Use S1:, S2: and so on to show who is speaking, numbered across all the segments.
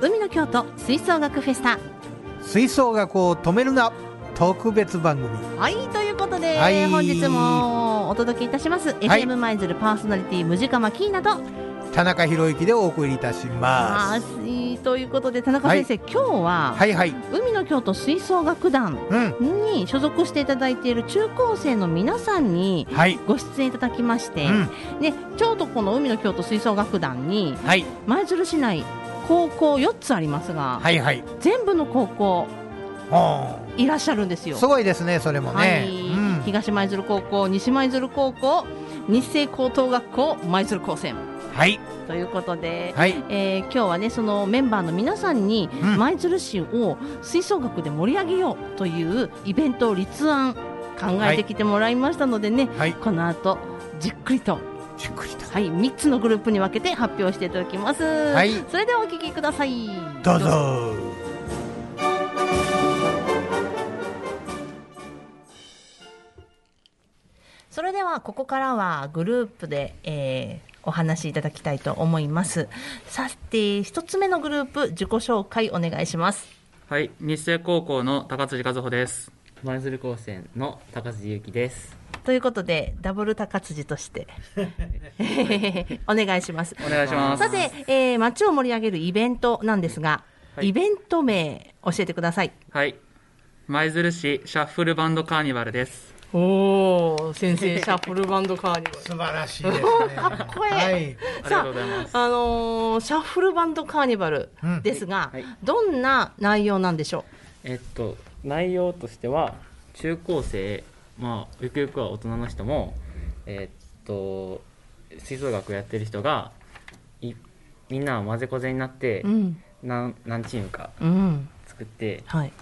S1: 海の京都吹奏楽フェスタ
S2: 吹奏楽を止めるな特別番組
S1: はいということで、
S2: はい
S1: 本日もお届けいたします、
S2: い
S1: FM 舞鶴パーソナリティムジカマキーナと
S2: 田中宏之でお送りいたしま
S1: あ
S2: す
S1: ーということで田中先生、今日は、
S2: はいはい
S1: 海の京都吹奏楽団
S2: うん
S1: に所属していただいている中高生の皆さんに
S2: はい
S1: ご出演いただきまして、
S2: うん
S1: ね、ちょうどこの海の京都吹奏楽団に
S2: はい
S1: 舞鶴市内高校4つありますが、
S2: はいはい
S1: 全部の高校
S2: お
S1: いらっしゃるんですよ。
S2: すごいですねそれもね、
S1: はい、
S2: うん
S1: 東舞鶴高校西舞鶴高校日清高等学校舞鶴高専
S2: はい
S1: ということで、
S2: はい
S1: えー今日はねそのメンバーの皆さんに
S2: うん
S1: 舞鶴市を吹奏楽で盛り上げようというイベントを立案考えてきてもらいましたのでね、
S2: はい
S1: この後じっくりと、
S2: じっくりと
S1: はい、3つのグループに分けて発表していただきます、
S2: い
S1: それではお聞きください
S2: どうぞ
S1: それではここからはグループで、えーお話しいただきたいと思います。さて、一つ目のグループ、自己紹介お願いします。
S3: はい、日清高校の高辻和穂です。舞鶴高専の高辻ゆきです。
S1: ということで、ダブル高辻として、 お願いします。
S3: お願いします。
S1: さて、えー街を盛り上げるイベントなんですが、
S3: はい
S1: イベント名、教えてください。
S3: はい、舞鶴市シャッフルバンドカーニバルです。
S1: おー、先生、シャッフルバンドカーニバ
S2: 素晴らしいですね
S1: かっこいい
S2: はい
S3: ありがとうございます。
S1: あのーシャッフルバンドカーニバル
S2: うん
S1: ですが、
S4: はい
S1: どんな内容なんでしょ
S4: えっと内容としては中高生まあゆくゆくは大人の人もえっと吹奏楽をやってる人がいみんな混ぜこぜになって、
S1: う、うん、
S4: なん何チームか
S1: うん、
S4: 作って
S1: はい。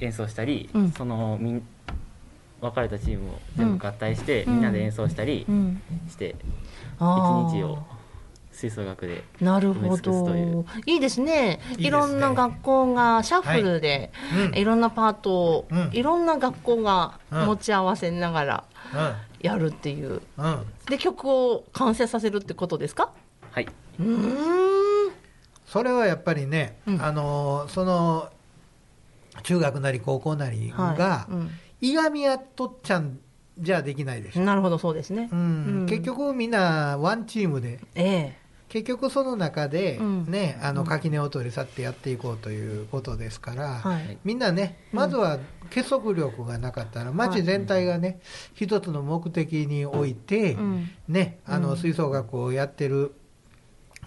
S4: 演奏したり、
S1: うん
S4: そのみん別れたチームを全部合体して、
S1: うん
S4: みんなで演奏したり
S1: うん
S4: して、
S1: あー
S4: 一日を吹奏楽で
S1: なるほ
S4: 埋め尽くすとい
S1: ど
S4: う
S1: いいですね
S2: いいですね
S1: いろんな学校がシャッフルで、
S2: うんうん
S1: い、ろんなパートを、
S2: うん
S1: いろんな学校が
S2: うん
S1: 持ち合わせながらやるっていう
S2: うん
S1: で曲を完成させるってことですか
S4: はいう
S1: ーん
S2: それはやっぱりね、
S1: うん
S2: あのその中学なり高校なりが、
S1: はい
S2: いがみ合っとっちゃんじゃできないでし
S1: う
S2: ょ、
S1: ん、なるほどそうですね、
S2: うん
S1: うん
S2: 結局みんなワンチームで
S1: ええ
S2: 結局その中で、
S1: うん
S2: ねあ
S1: う
S2: の
S1: ん
S2: 垣根を取り去ってやっていこうということですから、
S1: はい
S2: みんなねまずは結束力がなかったら町全体がね一つの目的において、
S1: うん
S2: ねあ
S1: う
S2: の
S1: ん
S2: 吹奏楽をやってる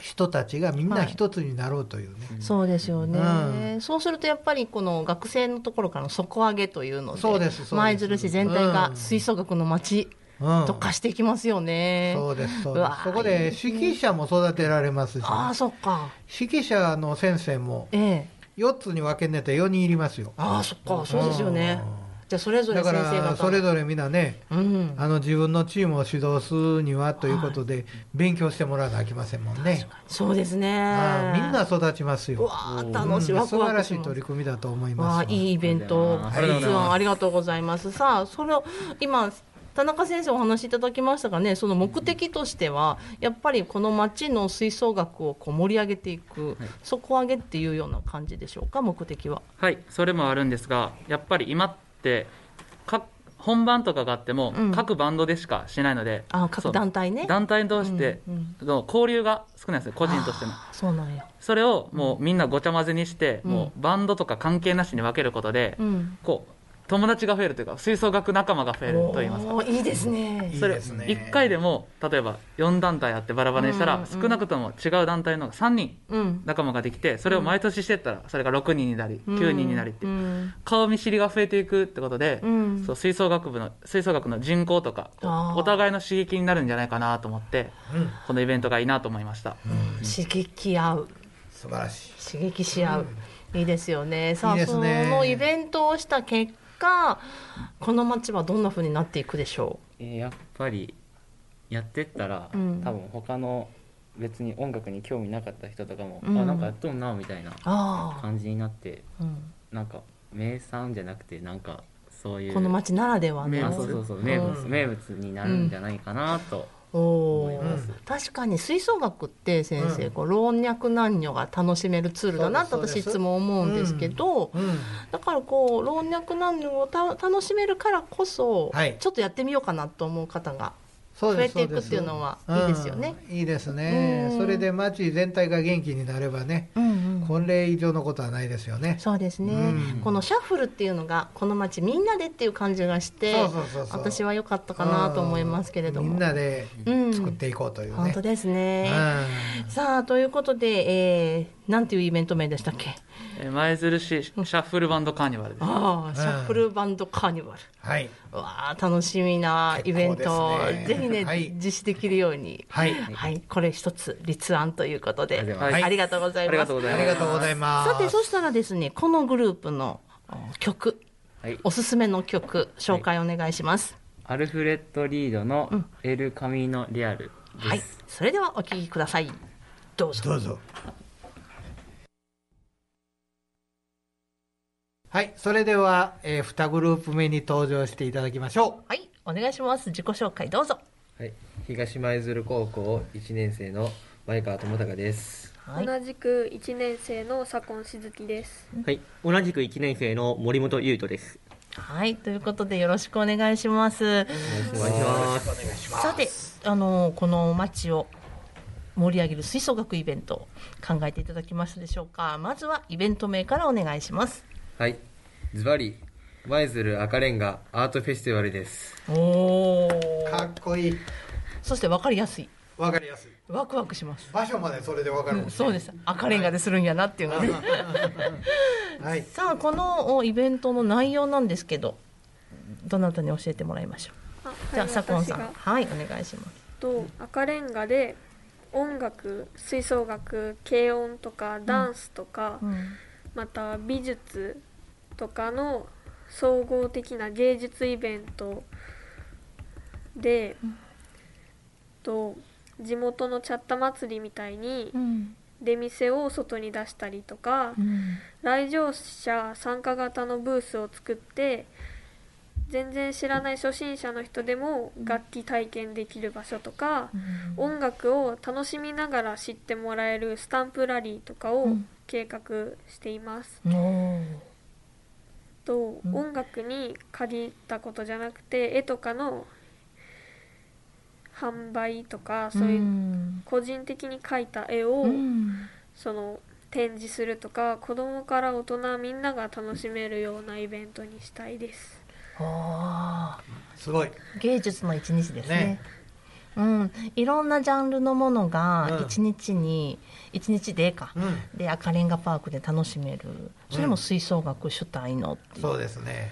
S2: 人たちがみん
S1: は
S2: ない一つになろうというね、
S1: そうですよね、
S2: う
S1: そうするとやっぱりこの学生のところからの底上げというので
S2: そうですそうです
S1: 舞鶴市全体が
S2: うん
S1: 吹奏楽の街
S2: うん
S1: と化していきますよね、
S2: そうですそう
S1: う
S2: で
S1: わ
S2: すそこで指揮者も育てられますし、
S1: ああそっか
S2: 指揮者の先生も
S1: ええ
S2: 4つに分けねて4人いりますよ
S1: ああそっかそうですよねじゃあそれぞれ
S2: だか
S1: 先生方
S2: ら
S1: の
S2: それぞれみんなね
S1: うん
S2: あの自分のチームを指導するにはということで勉強してもらわなあきませんもんね、
S1: そうですね
S2: ああみんな育ちます
S1: う
S2: よ
S1: わあ楽しい、
S2: うん
S1: ワク
S2: 素晴
S1: ワ
S2: ら
S1: ク
S2: しい取
S1: り
S2: り組みだと思い
S1: わ
S2: ま
S1: あ
S2: す
S1: いいイベント
S4: あ
S2: りがとうございます
S1: 立案ありがとうございますさあそれを今田中先生お話しいただきましたがねその目的としてはやっぱりこの町の吹奏楽をこう盛り上げていく、底上げっていうような感じでしょうか目的は
S3: はい、それもあるんですが、やっぱり今って各本番とかがあっても、
S1: うん
S3: 各バンドでしかしないので、
S1: ああ各団
S3: 体
S1: 体ね
S3: 団体同士で
S1: うん
S3: の交流が少ないんですね、個人としての。
S1: ああそうなんや
S3: それをもうみんなごちゃ混ぜにして、
S1: うん
S3: もうバンドとか関係なしに分けることで、
S1: うん
S3: こう友達が増えるというか吹奏楽仲間が増えると言いますか
S1: おーいいですね
S2: い
S3: それ
S2: ですね
S3: 1回でも例えば4団体あってバラバラにした
S1: うんう
S3: ら
S1: ん
S3: 少なくとも違う団体のが3人
S1: うん
S3: 仲間ができてそれを毎年してったらそれが6人になり9人になりって
S1: う
S3: いうん顔見知りが増えていくってことで
S1: うん
S3: そう吹奏楽部の吹奏楽の人口とかこう
S1: あー
S3: お互いの刺激になるんじゃないかなと思って
S2: うん
S3: このイベントがいいなと思いました
S1: 刺激合う
S2: 素晴らしい
S1: 刺激し合う、いいですよねさあ
S2: いいですね
S1: そのイベントをした結果この街はどんな風になっていくでしょ
S4: えーやっぱりやってったら、
S1: うん
S4: 多分他の別に音楽に興味なかった人とかも、
S1: うん
S4: あなんかやっとんなみたいな
S1: うあ
S4: 感じになって
S1: あ、うん
S4: なんか名産じゃなくてなんかそういう
S1: この町ならではの、
S4: 名
S3: 名
S4: 物
S3: 物
S4: そうそうそう名物、
S2: うん
S4: 名物になるんじゃないかなと、
S1: お
S4: 思
S1: ー
S4: います
S1: 確かに吹奏楽って先生、
S2: うん
S1: こう老若男女が楽しめるツールだなって
S2: そうです
S1: 私い
S2: そうです
S1: つも思うんですけど、
S2: うん
S1: だからこう老若男女をた楽しめるからこそ、
S2: はい
S1: ちょっとやってみようかなと思う方が
S2: そうです
S1: 増えていくっていうのは
S2: そうで
S1: いい
S2: す
S1: ですよね
S2: うんいいですね
S1: うん
S2: それで街全体が元気になればねこれ以上のことはないですよね
S1: そうですね、
S2: うん
S1: このシャッフルっていうのがこの街みんなでっていう感じがして
S2: そうそうそうそう
S1: 私は良かったかなと思いますけれども
S2: うんみんなで
S1: うん
S2: 作っていこうというね、
S1: 本当ですね、
S2: うん
S1: さあということで、えー、なんていうイベント名でしたっけ
S3: えー舞鶴市シャッフルバンドカーニバルです
S1: ああシャッフ
S2: う
S1: ルバンドカーニバル、
S2: はい
S1: わあ楽しみなイベント、
S2: 結構ですね
S1: ぜひね、
S2: はい
S1: 実施できるように
S2: はい
S1: はい、これ一つ立案ということで、
S4: はい
S1: ありがとうござい
S4: ありが
S1: ます
S4: とう。ござい
S2: あ
S4: ます
S2: りがとうございます
S1: さて、そしたらですね、このグループのお曲、
S4: はい
S1: おすすめの曲、紹介お願いします。
S4: アルフレッド・リードの
S1: うん
S4: 「エル・カミーノ・リアル」です、
S1: はい、それではお聴きください。どうぞ。
S2: どうぞはいそれでは、え2グループ目に登場していただきましょ
S1: はい、お願いします。自己紹介どうぞ。
S5: はい、東舞鶴高校1年生の前川智隆です。
S1: はい、
S6: 同じく1年生の左近静月です。
S7: はい、同じく1年生の森本優斗です。
S1: はい、ということでよろしくお願いします。
S5: お願いします。
S1: さて、あのこの街を盛り上げる吹奏楽イベント考えていただきましたでしょうか。まずはイベント名からお願いします。
S5: はい、ズバリ舞鶴赤レンガアートフェスティバルです。
S1: おお。
S2: うかっこいい
S1: そして分かりやすい。
S2: わかりやすい
S1: ワクワクします。
S2: 場所までそれでわかるもんね
S1: そうです。赤レンガでするんやなっていうのはね。
S2: はい
S1: さあこのおイベントの内容なんですけど、どなたに教えてもらいましょう。
S6: あ
S1: じゃあ
S6: はい
S1: 左近さ
S6: 私
S1: ん、
S6: が
S1: はいお願いします。
S6: と赤レンガで音楽、吹奏楽、軽音とかダンスとか、また美術とかの総合的な芸術イベントで、と地元のチャッタ祭りみたいに
S1: うん
S6: 出店を外に出したりとか、来場者参加型のブースを作って全然知らない初心者の人でも楽器体験できる場所とか、音楽を楽しみながら知ってもらえるスタンプラリーとか
S1: う
S6: を
S1: ん
S6: 計画しています。
S1: おー
S6: と
S1: うん
S6: 音楽に限ったことじゃなくて絵とかの販売とかそういう個人的に描いた絵を、
S1: うん
S6: その展示するとか子供から大人みんなが楽しめるようなイベントにしたいです
S1: あ
S2: すごい
S1: ー芸術の一日ですね。
S2: ね
S1: うん、いろんなジャンルのものが
S2: うん
S1: 一日に一、日でか、
S2: うん
S1: で赤レンガパークで楽しめるそれも吹奏楽主体のっていう
S2: そうですね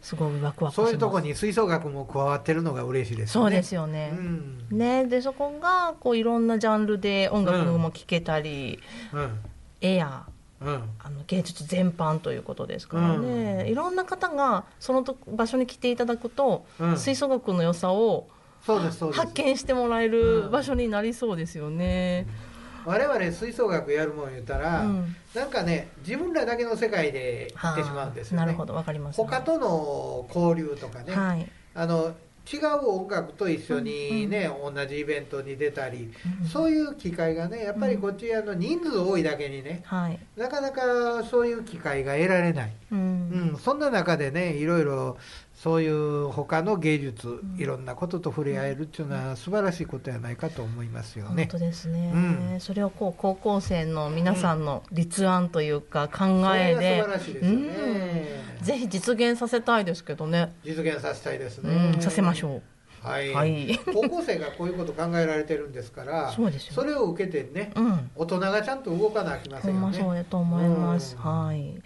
S1: すごいワクワクします
S2: そういうとこに吹奏楽も加わってるのが嬉しいですね
S1: そうです
S2: よ
S1: よね、
S2: うん
S1: ねでそこがこういろんなジャンルで音楽も聴けたり、
S2: うん
S1: 絵や
S2: うん
S1: あの芸術全般ということですからね、いろんな方がそのと場所に来ていただくと、
S2: うん
S1: 吹奏楽の良さを
S2: そうですそうです
S1: 発見してもらえる場所になりそうですよね。
S2: 我々吹奏楽やるもん言ったら、
S1: うん
S2: なんかね自分らだけの世界で行ってしまうんですよね
S1: なるほどわかります。
S2: 他との交流とかね、
S1: はい、
S2: あの違う音楽と一緒にね、同じイベントに出たり、そういう機会がねやっぱりこっちあの人数多いだけにね
S1: はい、
S2: なかなかそういう機会が得られない、
S1: う、
S2: うんん、そんな中でねいろいろそういう他の芸術いろんなことと触れ合えるっていうのは素晴らしいことやないかと思いますよ
S1: 本
S2: ね
S1: 当。ですね、
S2: うん
S1: それをこう高校生の皆さんの立案というか考
S2: それ
S1: え
S2: が素
S1: で
S2: 晴、らしいですよね、
S1: ぜひ実現させたいですけどね。
S2: 実現させたいですね、
S1: うん、させましょ
S2: はい、
S1: はい
S2: 高校生がこういうこと考えられてるんですから
S1: そうですよ
S2: それを受けてね
S1: う。うん。
S2: 大人がちゃんと動かなきゃいけませ
S1: ほ
S2: ん
S1: ん
S2: よ
S1: ま
S2: ね
S1: そうやと思います。
S2: うん
S1: はい。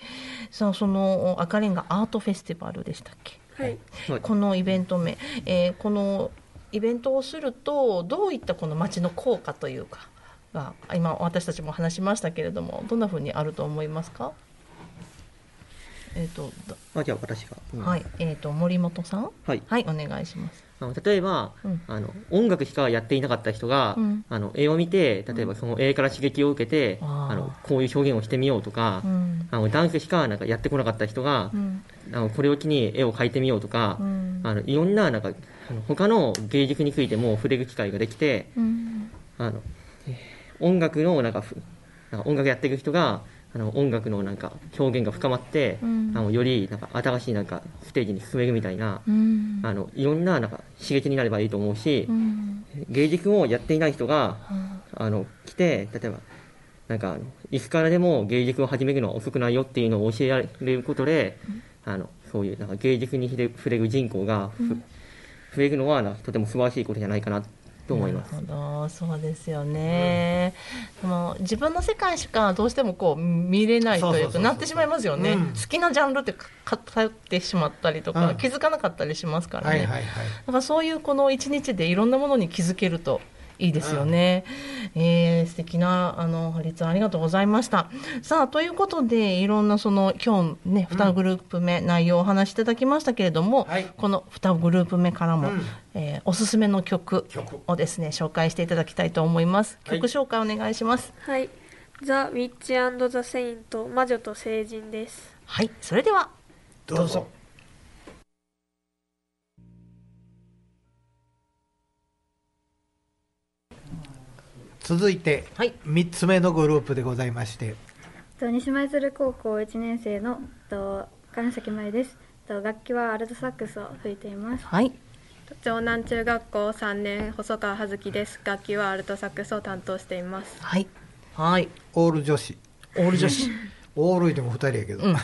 S1: さあその赤レンガアートフェスティバルでしたっけ？
S6: はい
S1: このイベント名、えーこのイベントをするとどういったこの街の効果というかが今私たちも話しましたけれどもどんなふうにあると思いますか？えっ、と、だ
S7: あ、じゃあ私が。うん
S1: はい、えっ、と森本さん、
S7: はい
S1: はいお願いします。
S7: あの例えば、
S1: うん
S7: あの音楽しかやっていなかった人が、
S1: うん
S7: あの絵を見て例えばその絵から刺激を受けて、
S1: あー
S7: あのこういう表現をしてみようとか、
S1: うん、
S7: あのダンスしかなんかやってこなかった人が、
S1: うん、
S7: あのこれを機に絵を描いてみようとか、
S8: うん
S7: あのいろんななんかあの他の芸術についても触れる機会ができて
S8: うん
S7: あのえー音楽のなんかふなんか音楽やっていく人があの音楽のなんか表現が深まって、
S8: うん
S7: あのよりなんか新しいなんかステージに進めるみたいな、
S8: うん
S7: あのいろんななんか刺激になればいいと思うし、
S8: うん
S7: 芸術をやっていない人があの来て例えばなんかあのいつからでも芸術を始めるのは遅くないよっていうのを教えられることで、あのそういうなんか芸術に触れ触れる人口がふ、増えるのはなとても素晴らしいことじゃないかなと思います。
S1: なるほどそうですよね、でも自分の世界しかどうしてもこう見れないと
S2: そう
S1: い
S2: そううそ
S1: か
S2: う
S1: なってしまいますよね、
S2: うん
S1: 好きなジャンルってか偏ってしまったりとか、
S2: うん
S1: 気づかなかったりしますからね、
S2: はいはいはい
S1: だからそういうこの一日でいろんなものに気づけるといいですよね。えー素敵なあのハリツンありがとうございました。さあということでいろんなその今日ね2グループ目、内容をお話しいただきましたけれども、
S2: はい
S1: この2グループ目からも、
S2: うん
S1: えーおすすめの曲
S2: 曲
S1: をですね紹介していただきたいと思います。
S2: はい
S1: 曲紹介お願いします。
S6: はい「ザ・ウィッチ・アンド・ザ・セイント魔女と聖人」です
S1: はい、それでは
S2: どうぞ続いて
S1: はい
S2: 3つ目のグループでございまして
S9: と西舞鶴高校1年生のと金崎舞です。と楽器はアルトサックスを吹いています。
S1: はい
S10: 城南中学校3年細川葉月です楽器はアルトサックスを担当しています
S1: はいはい
S2: オール女子
S1: オール女子。
S2: オールでも2人やけど、
S1: うん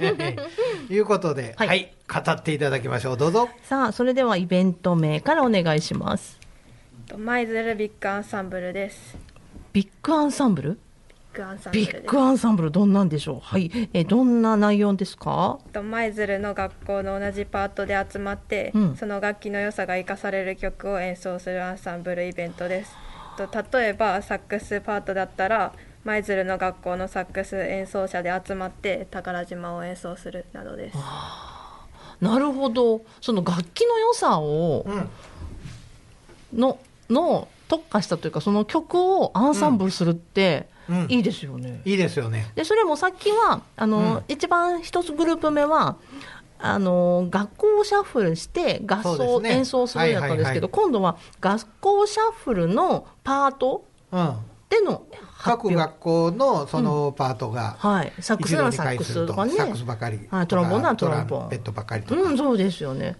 S2: いうことで、
S1: は
S2: はいい、語っていただきましょうどうぞ
S1: さあそれではイベント名からお願いします。
S10: 舞鶴ビッグアンサンブルです
S1: ビッグアンサンブル。
S10: ビッグアンサンブル
S1: ビッ
S10: です
S1: グアンサンブルどんなんでしょう。はい、えーどんな内容ですか。
S10: 舞鶴の学校の同じパートで集まって、
S1: うん
S10: その楽器の良さが生かされる曲を演奏するアンサンブルイベントですと例えばサックスパートだったら舞鶴の学校のサックス演奏者で集まって宝島を演奏するなどです
S1: なるほど。その楽器の良さを、
S2: ん
S1: のの特化したというかその曲をアンサンブルするって、
S2: うん
S1: いいですよね。
S2: いいですよね
S1: でそれもさっきはあの、
S2: うん
S1: 一番一つグループ目は。あの学校をシャッフルして合
S2: そ
S1: 奏、
S2: うですね
S1: 演奏するんやったんですけど、
S2: はいはいはい
S1: 今度は学校シャッフルのパート
S2: うん
S1: での発
S2: 各
S1: 表
S2: 学校のそのパートが
S1: はい、サックス
S2: 一
S1: なら
S2: 度に
S1: サッ
S2: 回
S1: ク
S2: する
S1: ス
S2: と
S1: と
S2: か
S1: かね
S2: サックスばかりと
S1: はい
S2: か
S1: トロンボーンならトロンボーン
S2: トラペットばかりとか、
S1: うん、そうですよね。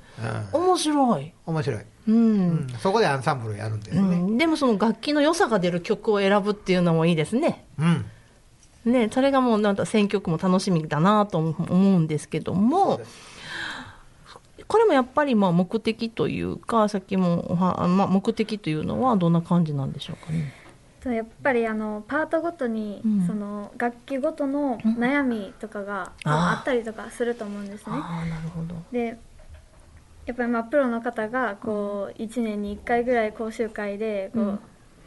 S2: うん
S1: 面白い。
S2: 面白い、
S1: う
S2: うんん。そこでアンサンブルやるんです
S1: う
S2: ね
S1: ん、でもその楽器の良さが出る曲を選ぶっていうのもいいですね。
S2: うん
S1: ね、それがもうなんか選曲も楽しみだなと思うんですけども、これもやっぱりまあ目的というか、さっきもおは、まあ、目的というのはどんな感じなんでしょうかね。
S9: とやっぱりあのパートごとに、
S1: うん
S9: その楽器ごとの悩みとかが、
S1: うんあー
S9: あったりとかすると思うんですね。
S1: ああ、なるほど。
S9: でやっぱりまあプロの方がこう1年に1回ぐらい講習会でこう、
S1: うん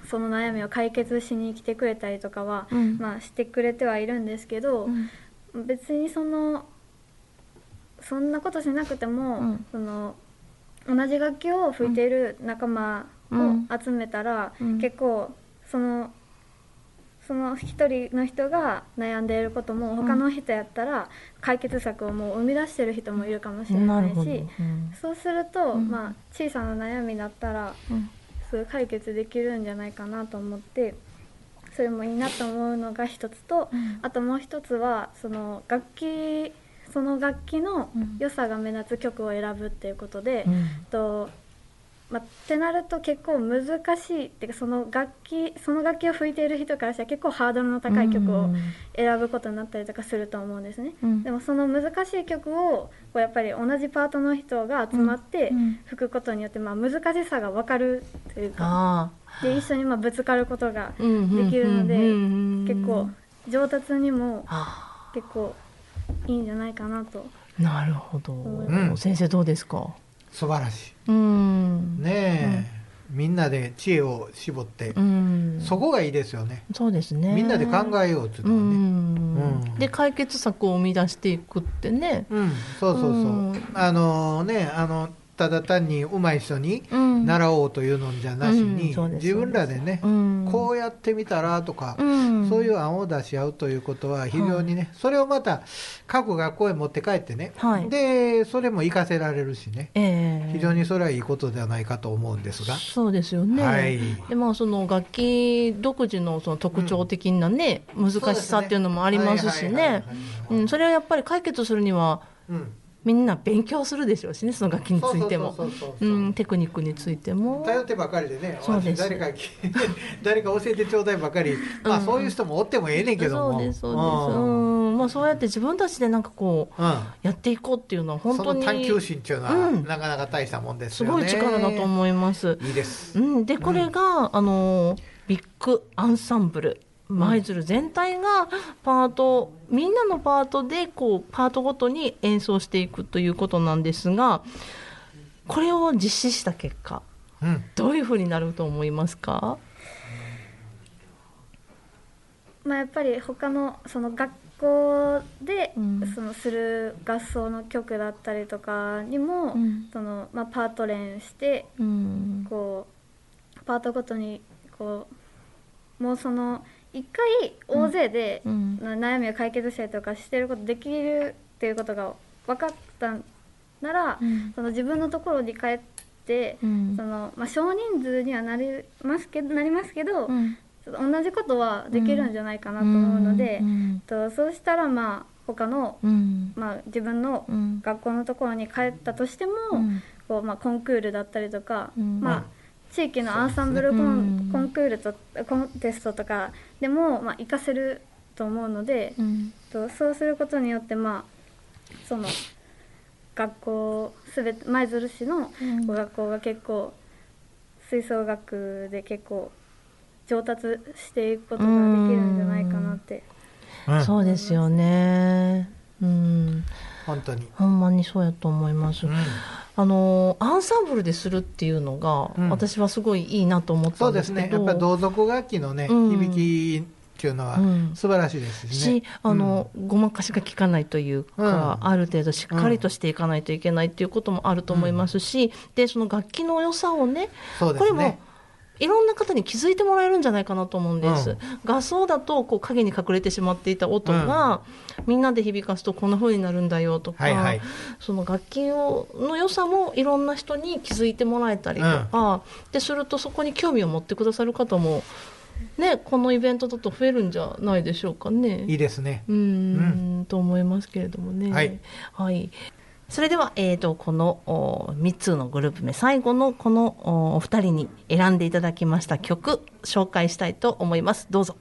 S9: その悩みを解決しに来てくれたりとかは、
S1: うん
S9: まあ、してくれてはいるんですけど、
S1: うん
S9: 別にそのそんなことしなくても、
S1: うん
S9: その同じ楽器を吹いている仲間
S1: うん
S9: を集めたら、
S1: うん
S9: 結構その。その一人の人が悩んでいることも他の人やったら解決策をもう生み出してる人もいるかもしれ
S1: な
S9: な
S1: る
S9: いし、
S1: ほど。うん
S9: そうすると、
S1: うん
S9: まあ、小さな悩みだったら
S1: うん
S9: すぐ解決できるんじゃないかなと思ってそれもいいなと思うのが一つと、あともう一つはその楽器その楽器の
S1: うん
S9: 良さが目立つ曲を選ぶっていうことで、
S1: うん
S9: とまあ、ってなると結構難しいっていうかその楽器その楽器を吹いている人からしたら結構ハードルの高い曲を選ぶことになったりとかすると思うんですね、
S1: うん
S9: でもその難しい曲をこうやっぱり同じパートの人が集まって
S1: うんうん
S9: 吹くことによってまあ難しさが分かるというか
S1: あ
S9: で一緒にまあぶつかることが
S1: あ、うんうん
S9: できるので
S1: うんうん
S9: 結構上達にも
S1: ああ
S9: 結構いいんじゃないかなと
S1: なるほど、
S2: ん
S1: 先生どうですか
S2: 素晴らし
S1: うん
S2: いねえ、みんなで知恵を絞って、
S1: うん
S2: そこがいいですよね
S1: そうですね
S2: みんなで考えようってい
S1: う
S2: うのは
S1: ん
S2: ねうん
S1: で解決策を生み出していくってね
S2: うん、そうそうそ
S1: う
S2: う、
S1: ん
S2: あのねあのただ単に上手い人に
S8: うん
S2: 習おうというのじゃなし
S8: うん
S2: に、
S8: そうです
S2: 自分らでね、
S8: うん
S2: こうやってみたらとか、
S8: うん
S2: そういう案を出し合うということは非常にね、それをまた各学校へ持って帰ってね、
S8: はい
S2: でそれも活かせられるしね、
S1: ええ
S2: 非常にそれはいいことではないかと思うんですが。
S1: そうですよね、
S2: はい
S1: でまあ、その楽器独自のその特徴的な、ね難しさっていうのもありますしねうんそれをやっぱり解決するには
S2: うん
S1: みんな勉強するでしょうしねその楽器についても
S2: そうそうそうそう
S1: うんテクニックについても。
S2: 頼ってばかりでね、
S1: そうです
S2: 私誰か 誰か教えてちょうだいばかり、まあ、そういう人もおってもええねんけども、
S1: そうですそうです、うんまあ、そうやって自分たちでなんかこう、
S2: うん
S1: やっていこうっていうのは本
S2: そ
S1: 当
S2: の
S1: に
S2: 探求心っていうのは、
S1: うん
S2: なかなか大したもんです
S1: す
S2: よ
S1: ご
S2: ね。
S1: い力だと
S2: う。
S1: 思います。
S2: いいです。
S1: うん、でこれが、あのービッグアンサンブル舞鶴全体がパートみんなのパートでこうパートごとに演奏していくということなんですがこれを実施した結果、
S2: うん
S1: どういうふうになると思いますか、
S9: まあ、やっぱり他のその学校でそのする合奏の曲だったりとかにも、
S8: うん
S9: そのまあ、パート練して
S8: うん
S9: こうパートごとにこうもうその一回大勢で
S8: うん
S9: な悩みを解決したりとかしてることできるっていうことが分かったなら、
S8: うん
S9: その自分のところに帰って、
S8: うん
S9: そのまあ、少人数にはなりますけどなりますけど、
S8: うん
S9: ちょっと同じことはできるんじゃないかなと思うので、
S8: うんうん
S9: とそうしたらまあ他の、
S8: うん
S9: まあ、自分の
S8: うん
S9: 学校のところに帰ったとしても、
S8: うん
S9: こうまあ、コンクールだったりとか、
S8: うん
S9: まあ、地域のアンサンブルコン,、
S8: うん
S9: コンクールとコンテストとかでも、まあ、活かせると思うので、
S8: うん
S9: とそうすることによって、まあ、その学校すべて舞鶴市の
S8: うん
S9: ご学校が結構吹奏楽で結構上達していくことができるんじゃないかなって。
S1: そうですよねうん
S2: 本当に
S1: ほんまにそうやと思います、あのーアンサンブルでするっていうのが、
S2: うん
S1: 私はすごいいいなと思っ
S2: そ
S1: た
S2: うん
S1: で
S2: です
S1: すけ
S2: ね。
S1: ど
S2: やっぱり同族楽器のね、
S1: うん
S2: 響きっていうのは
S1: うん
S2: 素晴らしいですしね
S1: し。あの、ごまかしが効かないというか、
S2: うん
S1: ある程度しっかりとしていかないといけないということもあると思いますし、でその楽器の良さをね
S2: そうで
S1: これ
S2: す
S1: も
S2: ね。
S1: いろんな方に気づいてもらえるんじゃないかなと思うんです、
S2: うん
S1: 合奏だとこう影に隠れてしまっていた音が、みんなで響かすとこんな風になるんだよとか、
S2: はいはい
S1: その楽器をの良さもいろんな人に気づいてもらえたりとか、でするとそこに興味を持ってくださる方も、ね、このイベントだと増えるんじゃないでしょうかね。
S2: いいですね。
S1: うーん、と思いますけれどもね。
S2: はい。
S1: はいそれでは、えー、とこのお3つのグループ名最後のこのおお二人に選んでいただきました曲紹介したいと思いますどうぞ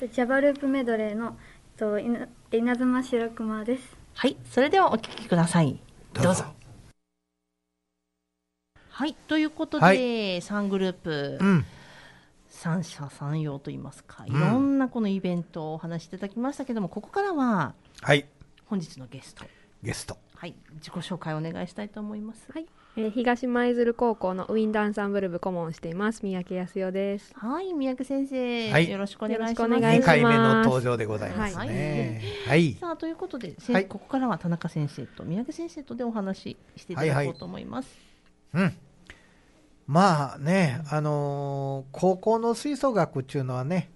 S9: ジャバループメドレーのえっと稲稲妻白熊です。
S1: はいそれではお聴きくださいどうぞはいということで、
S2: は
S1: 3グループ、
S2: うん。
S1: 三者三様といいますかいろんなこのイベントをお話しいただきましたけども、ここからは
S2: はい。
S1: 本日のゲスト
S2: ゲスト。
S1: はい自己紹介お願いしたいと思います
S11: はい、えー東舞鶴高校のウィンダンサンブル部顧問をしています三宅康代です。
S1: はい、三宅先生、
S2: はい
S1: よろしくお願いし
S11: よ
S1: ま
S11: ろしくお
S1: す。
S11: 願
S2: 二
S11: いします
S2: 回目の登場でございますね。はい。
S1: さあということで、せん
S2: はい
S1: ここからは田中先生と三宅先生とでお話ししていただこうと思います。
S2: うん、まあね、あのー高校の吹奏楽っていうのはね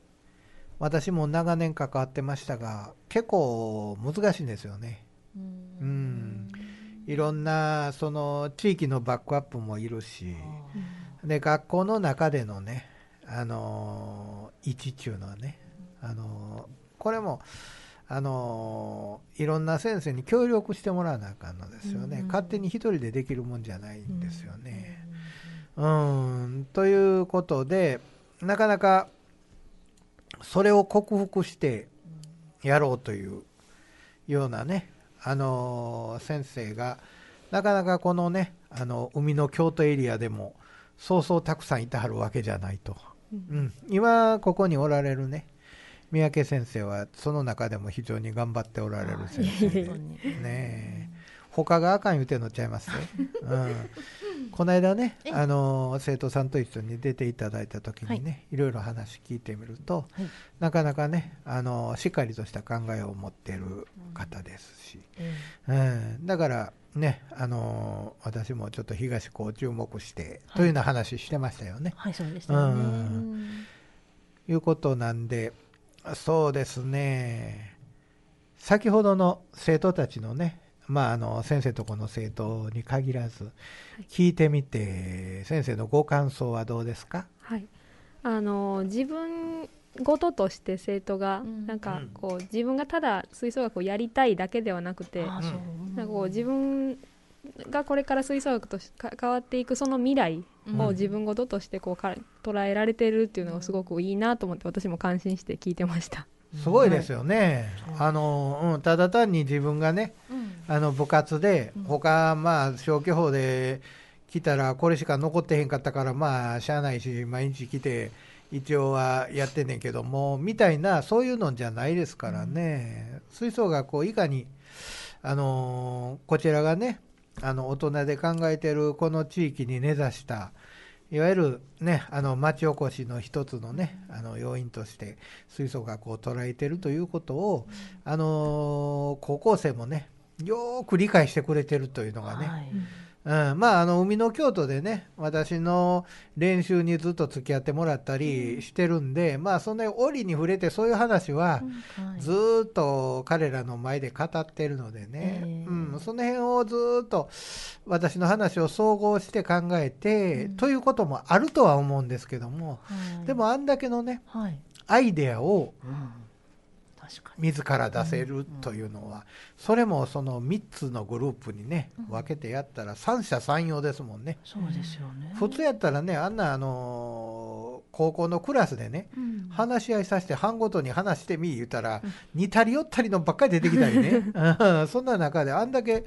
S2: 私も長年関わってましたが結構難しいんですよね。うん、いろんなその地域のバックアップもいるしで学校の中でのね、あのー位置っていうのはね、あのーこれも、あのーいろんな先生に協力してもらわなあかんのですよね、勝手に一人でできるもんじゃないんですよね。うん、ということでなかなかそれを克服してやろうというようなね、あのー先生がなかなかこのねあの海の京都エリアでもそうそうたくさんいてはるわけじゃないと、うん、今ここにおられるね三宅先生はその中でも非常に頑張っておられる先生 でねえ他があかん言うてんのちゃい ますよ、うん、この間ね、あのー生徒さんと一緒に出ていただいた時にね、い、ろいろ話聞いてみると、なかなかね、あのーしっかりとした考えを持っている方ですし、うんだからね、あのー私もちょっと東高を注目して、というような話してましたよね。
S1: はい、そうでしたよね。
S2: う
S1: うんん
S2: いうことなんで、そうですね、先ほどの生徒たちのね、まあ、あの先生とこの生徒に限らず、聞いてみて、先生のご感想はどうですか
S11: はい、あの自分ごととして生徒が、なんかこう自分がただ吹奏楽をやりたいだけではなくて、
S1: あそう
S11: なんかこう自分がこれから吹奏楽としか変わっていくその未来
S2: うん
S11: を自分ごととしてこうか捉えられてるっていうのがすごくいいなと思って私も感心して聞いてました。
S2: すごいですよね、あのうん、ただ単に自分がね、あの部活で、他まあ消去法で来たら、これしか残ってへんかったから、まあ、しゃあないし、毎日来て、一応はやってんねんけども、みたいな、そういうのじゃないですからね、吹奏楽をいかに、あのこちらがね、あの大人で考えてるこの地域に根ざした、いわゆるね、あの町おこしの一つのね、あの要因として吹奏楽を捉えてるということを、あのー高校生もね、よーく理解してくれてるというのがね、
S1: はい
S2: うん、まあ、あの、海の京都でね、私の練習にずっと付き合ってもらったりしてるんで、まあ、その折に触れてそういう話は、ずーっと彼らの前で語ってるのでね、うん、その辺をずーっと私の話を総合して考えて、ということもあるとは思うんですけども、
S1: はい
S2: でもあんだけのね、
S1: はい、
S2: アイデアを
S1: うん、確かに。
S2: 自ら出せるというのは、それもその3つのグループにね、分けてやったら三者三様ですもんね。
S1: そうですよね。
S2: 普通やったらね、あんな、あのー高校のクラスでね、話し合いさせて、班ごとに話してみ言うたら、似たり寄ったりのばっかり出てきたり ね、うんそんな中で、あんだけ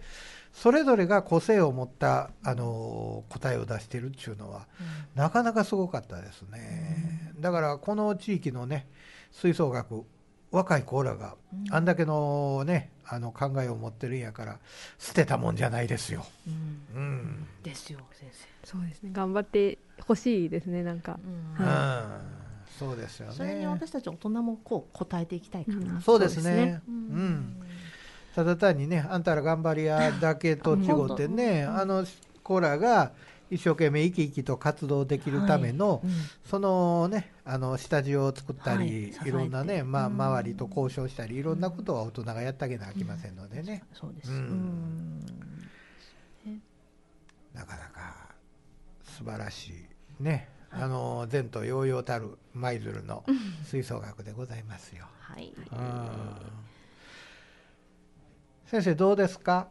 S2: それぞれが個性を持った、あのー答えを出してるっていうのは、なかなかすごかったですね。だから、この地域のね、吹奏楽、若い子らがあんだけのね、あの考えを持ってるんやから、捨てたもんじゃないですよ。
S1: うん、
S2: うん
S1: ですよ、先生。
S11: そうですね頑張ってほしいですねなんか、
S2: う
S11: はい
S2: んそうですよ
S1: それに
S2: ね。
S1: 私たち大人もこう答えていきたいかな。
S2: そうですね。う
S1: うん
S2: ん。ただ単にね、あんたら頑張りやだけと違ってね、あの子らが一生懸命生き生きと活動できるための、そのね、あの下地を作ったり、
S1: はい
S2: い、ろんなね、まあ周りと交渉したり、いろんなことは大人がやってあげなきゃいけませんのでね、
S1: そうです。
S2: う
S1: うんん。
S2: なかなか素晴らしいね、あの前途洋々たる舞鶴の吹奏楽でございますよ。
S1: はい。
S2: 先生どうですか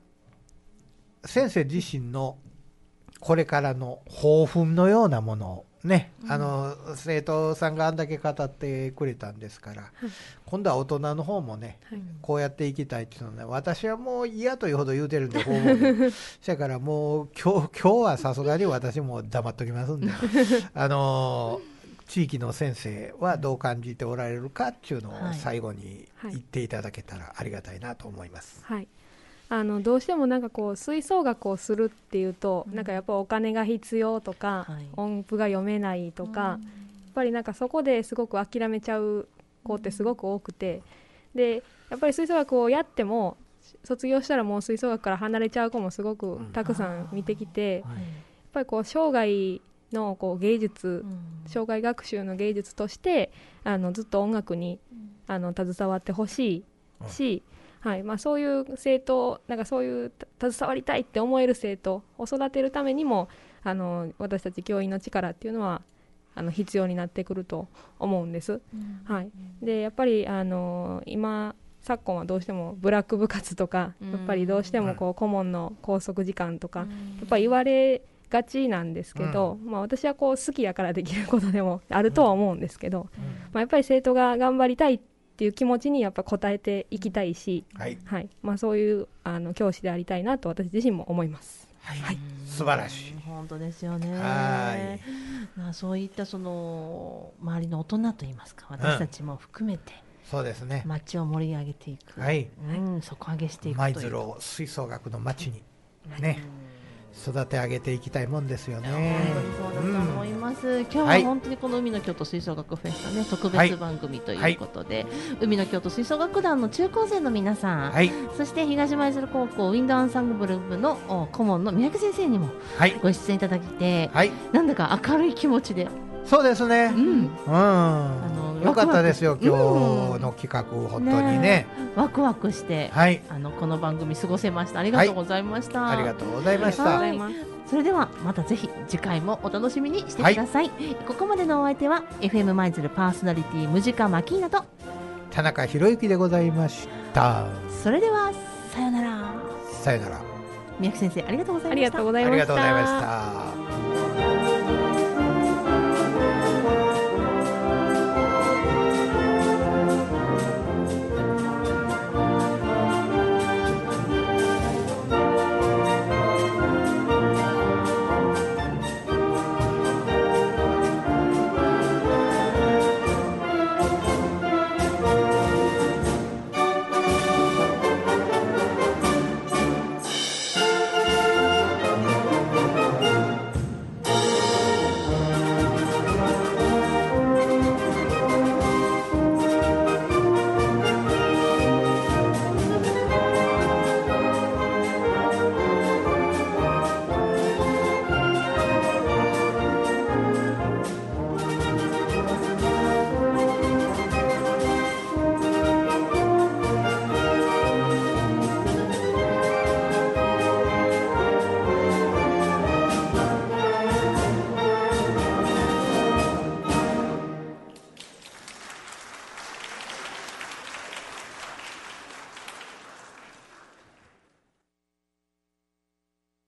S2: 先生自身のこれからの抱負のようなものをね、あの生徒さんがあんだけ語ってくれたんですから、今度は大人の方もね、こうやっていきたいっていうのはね私はもう嫌というほど言うてるん で抱負をそやからもう今日今日はさすがに私も黙っときま すんであの地域の先生はどう感じておられるかっていうのを
S1: はい
S2: 最後に
S11: はい
S2: 言っていただけたらありがたいなと思います。
S11: はい、あのどうしてもなんかこう吹奏楽をするっていうと、なんかやっぱお金が必要とか、
S1: はい
S11: 音符が読めないとか、やっぱりなんかそこですごく諦めちゃう子ってすごく多くてでやっぱり吹奏楽をやっても卒業したらもう吹奏楽から離れちゃう子もすごくたくさん見てきて、やっぱりこう生涯のこう芸術、障害学習の芸術としてあのずっと音楽にあの携わってほしいし、はいまあ、そういう生徒なんかそういうた携わりたいって思える生徒を育てるためにもあの私たち教員の力っていうのはあの必要になってくると思うんです。はい、でやっぱりあの今昨今はどうしてもブラック部活とか、やっぱりどうしてもこう顧問の拘束時間とか、やっぱり言われがちなんですけど、まあ、私はこう好きやからできることでもあるとは思うんですけど、まあ、やっぱり生徒が頑張りたいっていう気持ちにやっぱ応えていきたいし、
S2: はい、
S11: はいまあ、そういうあの教師でありたいなと私自身も思います。
S2: 素晴らしい。
S1: 本当ですよね。
S2: は
S1: まあそういったその周りの大人といいますか、私たちも含めて
S2: そうですね。
S1: 街を盛り上げていく。
S2: はい。
S1: うん、底上げしていくという。
S2: 舞鶴を吹奏楽の街にね、育て上げていきたいもんですよね。
S1: そうだと思います、今日
S2: は
S1: はい本当にこの海の京都吹奏楽フェスタね特
S2: は
S1: 別
S2: い
S1: 番組ということで、海の京都吹奏楽団の中高生の皆さん、
S2: はい
S1: そして東舞鶴高校ウィンドアンサンブル部のお顧問の三宅先生にも
S2: はい
S1: ご出演いただきて、
S2: はい
S1: なんだか明るい気持ちで
S2: そうですね。
S1: うん。
S2: よかったですよ、今日の企画、本当にね。
S1: ワクワクして、
S2: はい
S1: あのこの番組過ごせましたありがとうございました、
S2: ありがとうございました。
S1: はいそれではまたぜひ次回もお楽しみにしてください、ここまでのお相手は FM 舞鶴パーソナリティムジカマキーナと
S2: 田中宏之でございました。
S1: それではさよなら
S2: さよなら。
S1: 宮城先生ありがとうございました
S11: ありがとうござい
S2: あり
S11: まし
S2: がとうございま
S11: た
S2: した。